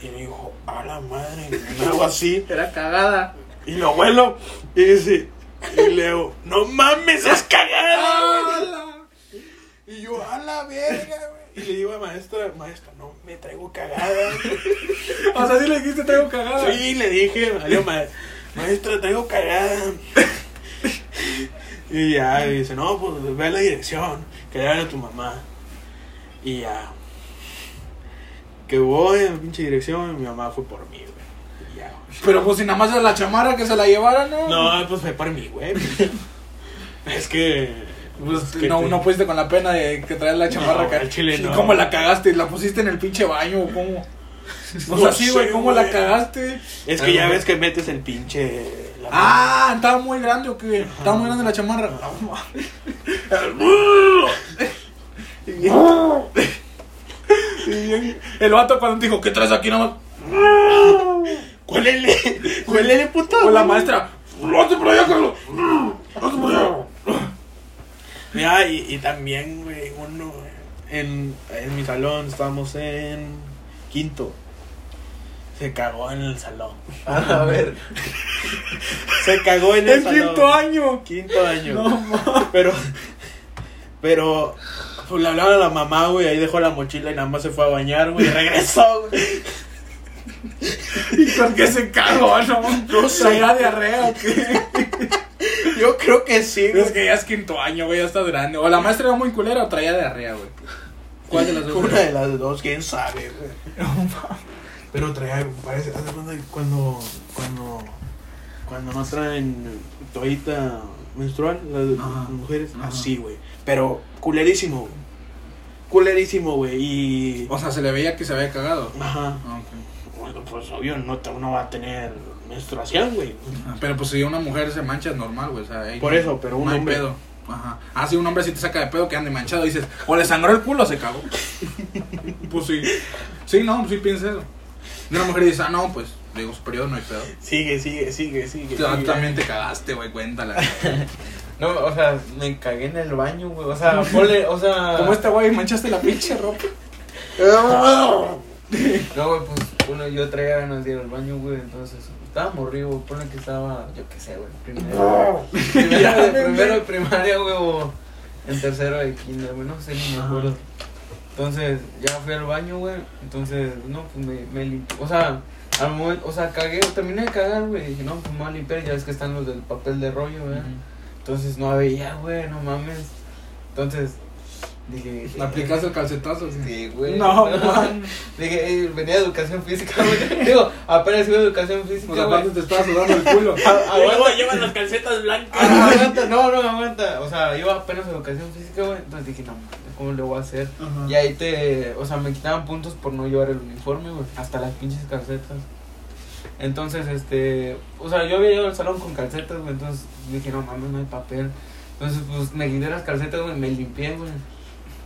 Y me dijo, a la madre, algo así.
Era cagada.
Y lo vuelo, y dice, y leo, no mames, es cagada. güey". Y yo, a la verga, güey. Y le digo a maestra, maestra, no, me traigo cagada.
O sea, si le dijiste traigo cagada.
Sí, le dije, adiós, ma- maestra, traigo cagada. Y ya, y dice, no, pues ve a la dirección, que le hable a tu mamá. Y ya. Que voy a la pinche dirección y mi mamá fue por mí, güey. Y ya, güey.
Pero pues si nada más era la chamarra que se la llevaran, ¿no?
No, pues fue por mí, güey. Es que.
Pues,
que
no,
te-
no pudiste con la pena de que traes la chamarra
No,
acá.
al chile
¿Y
no.
¿Cómo la cagaste? ¿La pusiste en el pinche baño o cómo? O sea,
No
sí, güey,
sé,
¿cómo la
güey.
cagaste?
Es que ya ves que metes el pinche. la
Ah, estaba muy grande o qué? Estaba muy grande la chamarra. No, ma- Y bien- y bien- El vato cuando dijo, ¿qué traes aquí nomás?
¿Cuál es el. ¿Cuál es el puto?
O la maestra,
¡Lo hace por allá, Carlos! ¡Lo hace por allá! Mira, y, y también, güey, uno. En, en mi salón estábamos en. Quinto. Se cagó en el salón.
A ver.
Se cagó en el
el
salón.
quinto año.
Quinto año.
No, ma-
Pero. Pero. Pues le hablaron a la mamá, güey. Ahí dejó la mochila y nada más se fue a bañar, güey. Y regresó, güey.
¿Y por qué se cagó? No, no traía diarrea o qué?
Yo creo que sí,
Es
güey.
que ya es quinto año, güey, ya estás grande. O la maestra era muy culera o traía diarrea, güey. ¿Cuál de las dos?
Una de las dos, quién sabe, güey. Pero trae, parece, haz de cuenta que cuando, cuando, cuando no traen toallita menstrual, las
Ajá.
mujeres,
Ajá.
así, güey. Pero culerísimo, güey. Culerísimo, güey. Y.
O sea, se le veía que se había cagado.
Ajá.
Ah, ok.
Bueno, pues obvio, no, te- no va a tener menstruación, güey.
Ah, Pero pues si una mujer se mancha es normal, güey. O sea, ahí
Por
no-
eso, pero un
no hay
hombre-
pedo. Ajá. Ah, si un hombre sí te saca de pedo que ande manchado dices, o le sangró el culo o se cagó. pues sí. Sí, no, sí piensa eso. Y una mujer dice, ah, no, pues, digo, superior no hay pedo.
Sigue, sigue, sigue, sigue.
Tú
sigue.
también te cagaste, güey, cuéntala.
No, o sea, me cagué en el baño, güey. O sea, ponle, o sea.
¿Cómo está, güey? ¿Manchaste la pinche ropa?
Ah,
No, güey, pues uno, yo traía ganas de ir al baño, güey, entonces estaba morrido, güey, ponle que estaba, yo qué sé, güey, primero, primero, de, primero de primaria, güey, o en tercero de kinder, güey, no sé, ni me acuerdo. Entonces, ya fui al baño, güey, entonces, no, pues me, me limpié, o sea, al momento, o sea, cagué, terminé de cagar, güey, y dije, no, pues me voy a limpiar, ya ves que están los del papel de rollo, güey, entonces no había, güey, no mames, entonces, dije...
¿Le aplicaste el calcetazo? sí?
Sí, güey.
No, man.
Dije, eh, venía de educación física, güey. Digo, apenas iba a educación física,
Pues aparte
güey.
te estaba sudando el culo.
Ah, Aguanta,
llevan las calcetas blancas.
Ah, aguanta, no, no, aguanta. O sea, iba apenas a educación física, güey. Entonces dije, no, ¿cómo le voy a hacer?
Ajá.
Y ahí te, o sea, me quitaban puntos por no llevar el uniforme, güey. Hasta las pinches calcetas. Entonces, este, o sea, yo había ido al salón con calcetas, güey. Entonces dije, no mames, no hay papel. Entonces, pues me quité las calcetas, güey, me limpié, güey.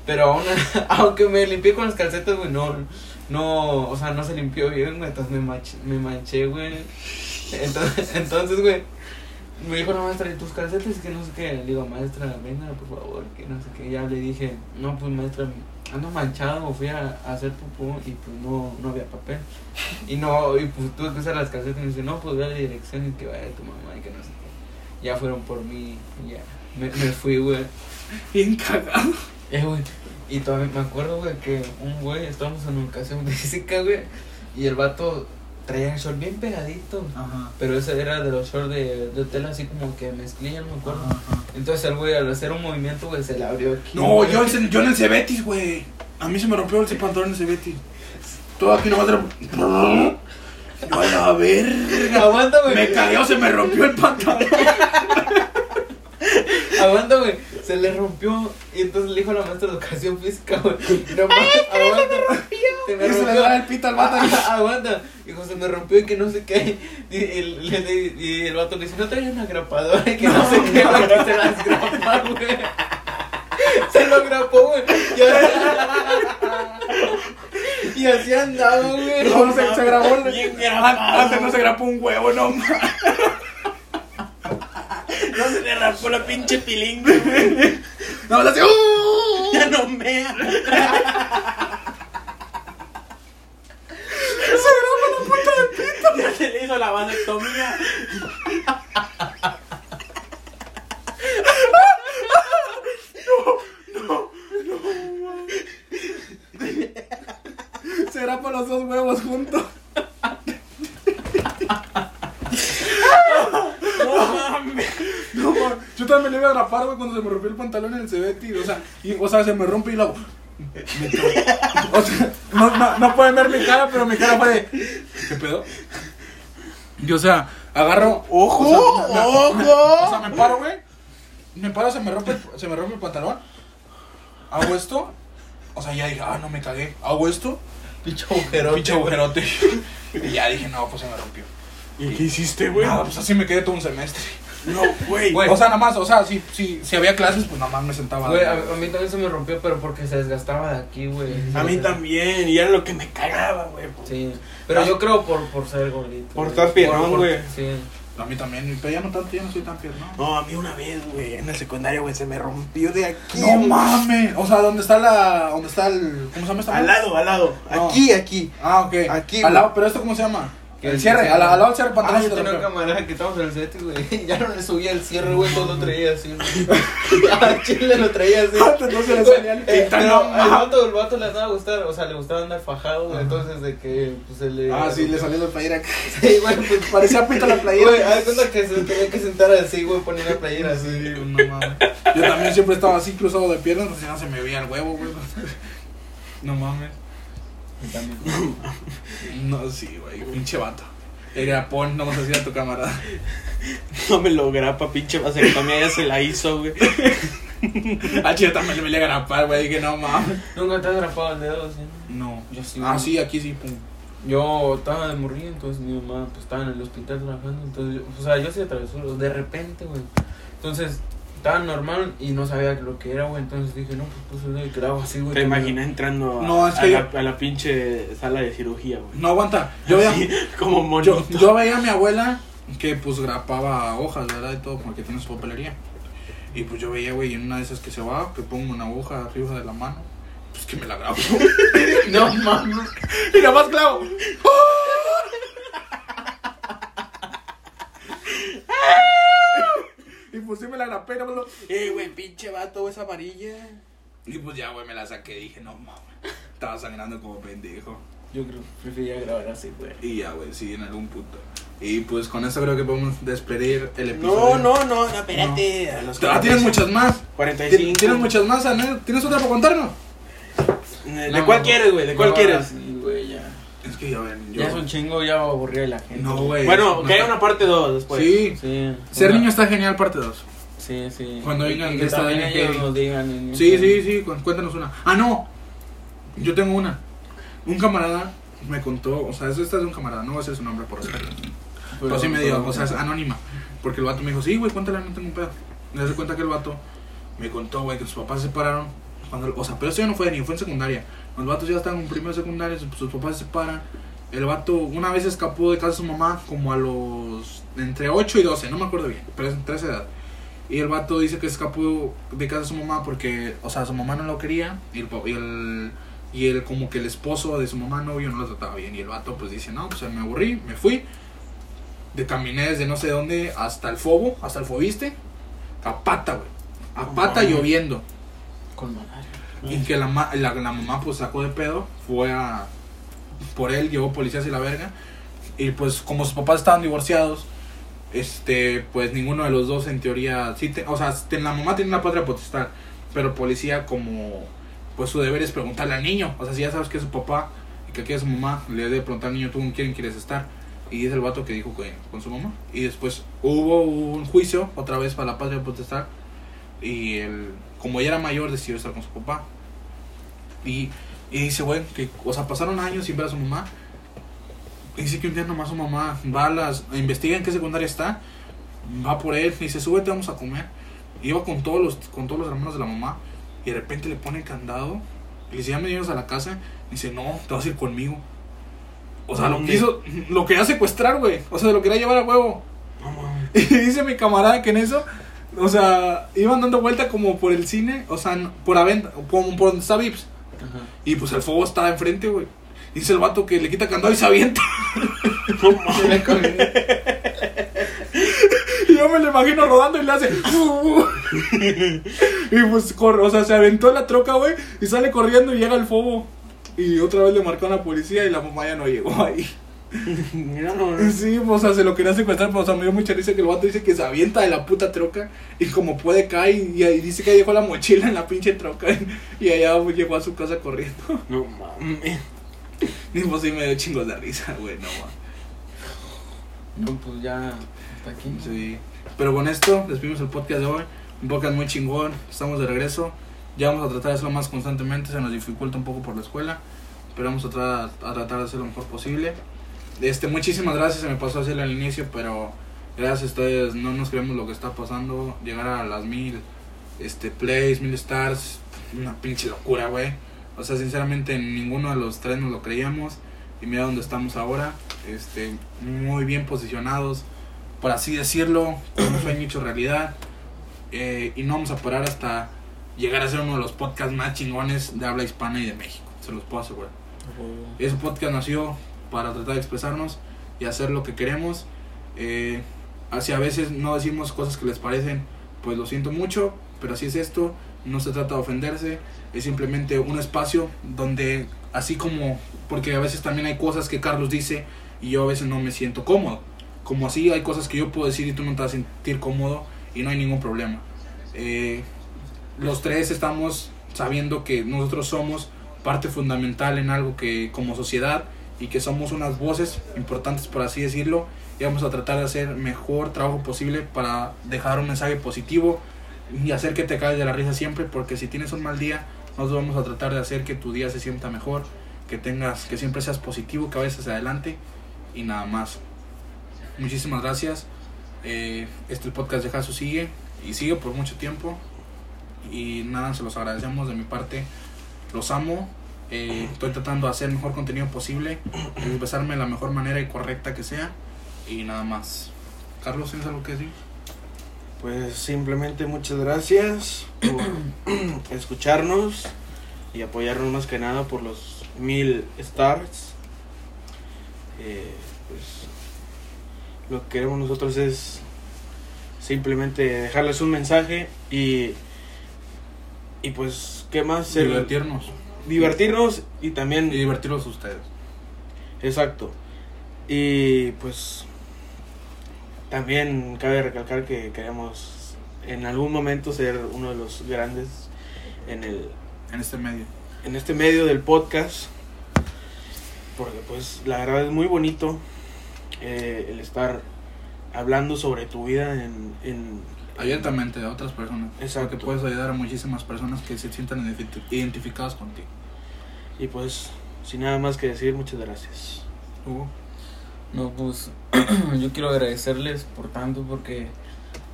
Pero aún, aunque me limpié con las calcetas, güey, no, no, o sea, no se limpió bien, güey. Entonces me, manch- me manché, güey. Entonces, entonces, güey. Me dijo la maestra, ¿y tus calcetas? Que no sé qué. Le digo, maestra, venga, por favor, que no sé qué. Ya le dije, no, pues maestra, ando manchado, fui a, a hacer pupú y pues no, no había papel. Y no, y pues tuve que usar las calcetas y me dice, no, pues ve a la dirección y que vaya tu mamá y que no sé qué. Ya fueron por mí, y ya. Me, me fui, güey.
Bien cagado.
Eh, güey. Y todavía me acuerdo, güey, que un güey, estábamos en educación física, güey, y el vato traía el short bien pegadito.
Ajá.
Pero ese era de los shorts de, de tela así como que mezclilla, no me acuerdo.
Ajá.
Entonces el güey al hacer un movimiento, güey, se le abrió aquí.
No, yo, en- yo en el Cebetis, güey. A mí se me rompió el pantalón en el Cebetis. Todo aquí nomás era... Yo a la verga.
Aguántame.
Me cagué o se me rompió el pantalón.
Aguanta, güey. Se le rompió. Y entonces le dijo a la maestra de educación física, güey. No mames, aguanta. Se me rompió. Se
Y se le da el pito al vato.
Ah, aguanta. Dijo, se me rompió y que no sé qué. Y el, le- y el vato le dice, no traía una grapadora y que no, sé qué, güey, que se las grapa, güey. Se lo grapó, güey. Y así- Y así andaba, güey.
No, no se, se grabó. el-
Bien
an-
grapado.
Antes no se grabó un huevo, no mames.
No se le raspó la pinche pilinga, güey.
No, le hacía. "Uh".
Ya no mea.
Se grabó la puta de pito.
Ya se le hizo la vasectomía.
Se grapa los dos huevos juntos. No mames. Yo también le iba a grapar, güey, cuando se me rompió el pantalón en el cebeti. O sea, y- o sea, se me rompe y luego. me tro- O sea, no, no, no pueden ver mi cara, pero mi cara fue de. ¿Qué pedo? Yo, o sea, agarro.
¡Ojo!
O sea, me-
¡Ojo!
O sea, me paro, güey. Me paro, se me rompe, el- se me rompe el pantalón. Hago esto. O sea, ya dije, ah, no me cagué. Hago esto.
Pinche agujero.
Pinche agujerote. Y ya dije, no, pues se me rompió.
¿Y qué hiciste, güey?
Nada, pues así me quedé todo un semestre.
No, güey.
O sea, nada más, o sea, si, si, si había clases, pues nada más me sentaba.
Güey, a, a mí también se me rompió, pero porque se desgastaba de aquí, güey.
A mí también, y era lo que me cagaba, güey.
Sí. Pero yo creo por, por ser gordito. güey.
Por estar pierrón,
Por- por-
güey.
Sí.
A mí también, pero ya no tanto, ya no soy tan pierno.
No, a mí una vez, güey, en el secundario, güey, se me rompió de aquí.
No mames. O sea, ¿dónde está la. ¿Dónde está el. ¿Cómo se llama esta?
Al lado, al lado.
No.
Aquí, aquí.
Ah, ok.
Aquí, güey.
Al lado, pero esto, ¿cómo se llama?
¿Qué?
El cierre, al, al lado del cierre
Ah,
pantalón.
yo
se te
tenía un
rompió.
camarada que estábamos en el set, güey. Ya no le subía el cierre, güey. Todo lo traía así, güey. A Chile lo traía así.
Antes no se le salía el
Eh,
pito,
pero
no
el
mames.
vato, el vato le andaba a gustar, o sea, le gustaba andar fajado, güey, entonces de que pues, se le...
Ah, sí, le salió la playera. acá.
Sí, güey, pues
Parecía pito la playera.
Güey, haz cuenta que se tenía que sentar así, güey, poner la playera así.
no mames. Yo también siempre estaba así cruzado de piernas, porque si no se me veía el huevo, güey. No mames. No, sí, güey, pinche vato. Era pon, no vas a decir a tu camarada.
No me lo grapa, pinche vasectomía, ya se la hizo, güey.
Ah, yo también le voy a grapar, güey, que no mames.
Nunca te has grapado el dedo, ¿sí?
No.
Yo sí.
Ah, sí, aquí sí, pum.
Yo estaba de morrillo, entonces mi mamá pues, estaba en el hospital trabajando, entonces, yo- o sea, yo hacía travesuras de repente, güey. Entonces, estaba normal y no sabía lo que era, güey, entonces dije, no, pues puse el grabo así, güey.
Te
que me-
imaginé entrando a,
No, es
a
que
la, a la pinche sala de cirugía, güey.
No aguanta. Yo
Ah,
veía,
Así, como monito.
yo, yo veía a mi abuela que pues grapaba hojas, ¿verdad? Y todo, porque tiene su papelería. Y pues yo veía, güey, en una de esas que se va, que pongo una hoja arriba de la mano, pues que me la grapo.
No, mames.
Y nada más clavo. Y pues sí me la grapé, nada más lo-
Eh, güey, pinche vato, esa amarilla.
Y pues ya, güey, me la saqué. Dije, no mames. Estaba sangrando como pendejo.
Yo creo que prefería grabar así, güey.
Y ya, güey, sí, en algún punto. Y pues con eso creo que podemos despedir el episodio.
No, no, no, no, espérate. A los
Ah, tienes muchas más.
45.
Tienes muchas más, Anel. ¿Tienes otra para contarnos?
Eh, ¿De
No,
cuál
no,
quieres, güey? ¿De
no,
cuál quieres?
Sí, güey, ya.
Es que ya ven, yo.
Ya es un chingo, ya aburrí a la gente.
No, güey.
Bueno, que
hay
haya una parte 2 después.
pues. Sí.
Sí.
Ser
una-
niño está genial, parte 2.
Sí, sí.
Cuando
Y-
vengan
y
de
que
esta
también
edad,
ellos
que-
nos digan. en-
Sí, sí, sí, cu- cuéntanos una. Ah, no. Yo tengo una. Un camarada me contó, o sea, eso está de un camarada, no voy a decir su nombre por respeto. Pero, Pues sí me dio, o sea, es anónima. Porque el vato me dijo, sí, güey, cuéntale, no tengo un pedo. Me di cuenta que el vato me contó, güey, que sus papás se separaron. Cuando, o sea, pero eso ya no fue ni fue en secundaria. Cuando los vatos ya estaban en primero de secundaria, sus, sus papás se separan. El vato una vez escapó de casa de su mamá como a los... entre 8 y 12, no me acuerdo bien, pero es entre esa edad. Y el vato dice que escapó de casa de su mamá porque, o sea, su mamá no lo quería y el, pa- y el, y el como que el esposo de su mamá novio no lo trataba bien. Y el vato pues dice, no, pues me aburrí, me fui. De caminé desde no sé dónde hasta el fobo, hasta el fobiste, a pata, güey. A
No
pata
mames.
lloviendo.
Con malaria.
Y que la, ma- la, la mamá pues sacó de pedo, fue a por él, llevó policías y la verga. Y pues como sus papás estaban divorciados, este pues ninguno de los dos en teoría, sí te- o sea, te- la mamá tiene la patria potestad, pero el policía como pues su deber es preguntarle al niño, o sea, si ya sabes que es su papá y que aquí es su mamá, le debe preguntar al niño tú con quién quieres estar. Y es el vato que dijo que con su mamá. Y después hubo un juicio otra vez para la patria potestad. Y él, como ella era mayor, decidió estar con su papá. Y, y dice, güey, que, o sea, pasaron años sin ver a su mamá. Y dice que un día nomás su mamá va a las, investiga en qué secundaria está, va por él, y dice, súbete, vamos a comer. Iba con todos los, con todos los hermanos de la mamá, y de repente le pone candado, y le dice, ya me llevas a la casa, y dice, no, te vas a ir conmigo. O sea, lo
¿Dónde?
que hizo, lo quería secuestrar, güey. O sea, lo quería llevar a huevo.
No mames.
Y dice mi camarada que en eso, o sea, iban dando vuelta como por el cine, o sea, n- por Avent, como por donde está Vips.
Ajá.
Y pues el fuego estaba enfrente, güey. Dice el vato que le quita candado y se avienta.
Se la comió.
Y yo me lo imagino rodando y le hace. "Uh, y pues corre, o sea, se aventó en la troca, güey. Y sale corriendo y llega el fobo. Y otra vez le marcó a la policía y la mamá ya no llegó ahí.
Mira, no mames.
Sí, pues, o sea, se lo quería secuestrar, pero o sea, me dio mucha risa que el vato dice que se avienta de la puta troca y como puede cae y, ahí dice que dejó la mochila en la pinche troca y allá pues, llegó a su casa corriendo.
No mames.
Y pues sí me dio chingos de risa, güey, no mames.
No, pues ya. Hasta aquí.
Sí. Pero con esto despedimos el podcast de hoy. Un podcast muy chingón. Estamos de regreso. Ya vamos a tratar de hacerlo más constantemente. Se nos dificulta un poco por la escuela. Pero vamos a, tra- a tratar de hacer lo mejor posible. Este, muchísimas gracias. Se me pasó a hacerlo al inicio, pero gracias a ustedes. No nos creemos lo que está pasando. Llegar a las mil este, plays, mil stars. Una pinche locura, güey. O sea, sinceramente, ninguno de los tres nos lo creíamos. Y mira dónde estamos ahora. Este, muy bien posicionados por así decirlo, con un sueño hecho realidad. eh, y no vamos a parar hasta llegar a ser uno de los podcasts más chingones de habla hispana y de México. Se los puedo asegurar. Ese podcast nació para tratar de expresarnos y hacer lo que queremos. Eh, así a veces no decimos cosas que les parecen, pues lo siento mucho, pero así es esto. No se trata de ofenderse, es simplemente un espacio donde, así como, porque a veces también hay cosas que Carlos dice y yo a veces no me siento cómodo. Como así hay cosas que yo puedo decir y tú no te vas a sentir cómodo y no hay ningún problema. Eh, los tres estamos sabiendo que nosotros somos parte fundamental en algo que como sociedad y que somos unas voces importantes por así decirlo y vamos a tratar de hacer mejor trabajo posible para dejar un mensaje positivo y hacer que te caigas de la risa siempre porque si tienes un mal día nosotros vamos a tratar de hacer que tu día se sienta mejor que tengas que siempre seas positivo que a veces adelante y nada más muchísimas gracias Eh, este podcast de Jaso sigue y sigue por mucho tiempo y nada se los agradecemos de mi parte los amo. eh, estoy tratando de hacer el mejor contenido posible, de expresarme de la mejor manera y correcta que sea. Y nada más. Carlos, ¿tienes algo que decir?
Pues simplemente muchas gracias por escucharnos y apoyarnos más que nada por los mil stars. Eh, pues lo que queremos nosotros es simplemente dejarles un mensaje y y pues qué más Ser-
Divertirnos.
divertirnos y
Y
también
divertirlos ustedes.
Exacto. Y pues también cabe recalcar que queremos en algún momento ser uno de los grandes en el
En este medio.
en este medio del podcast. Porque pues la verdad es muy bonito eh, el estar hablando sobre tu vida en, en
Abiertamente a otras personas.
Exacto.
Porque puedes ayudar a muchísimas personas que se sientan identifi- identificadas contigo.
y pues sin nada más que decir, muchas gracias.
Hugo.
No, pues yo quiero agradecerles por tanto porque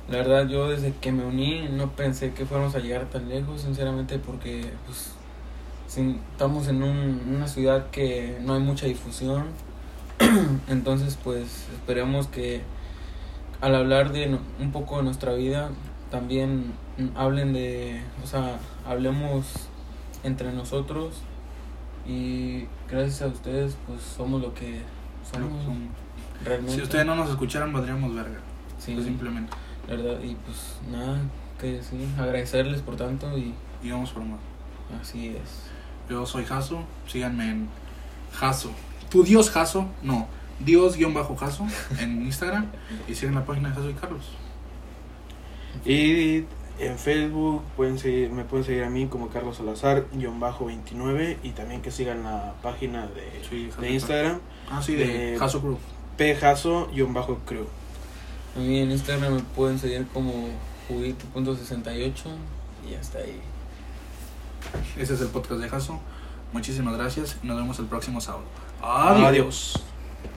la verdad yo desde que me uní no pensé que fuéramos a llegar tan lejos, sinceramente, porque pues sin- estamos en un- una ciudad que no hay mucha difusión. Entonces, pues esperemos que al hablar de no- un poco de nuestra vida también mm, hablen de, o sea, hablemos entre nosotros y gracias a ustedes pues somos lo que somos. Realmente.
Si ustedes no nos escucharan, valdríamos verga.
Sí,
Pues simplemente.
la verdad. Y pues nada, que decir. Agradecerles por tanto y
Y vamos por más.
así es.
Yo soy Jaso, síganme en Jaso. Tu Dios Jaso, no, Dios-Jaso en Instagram y sigan la página de Jaso y Carlos.
Y en Facebook pueden seguir- me pueden seguir a mí como Carlos Salazar-29 y también que sigan la página de,
Sí, Jaso
de
y
Instagram
Carlos. Ah, sí, de
de-
Jaso Crew.
pjaso-crew.
A mí en Instagram me pueden seguir como juguito punto 68 y hasta ahí.
Ese es el podcast de Jaso. Muchísimas gracias. Nos vemos el próximo sábado.
Adiós.
Adiós.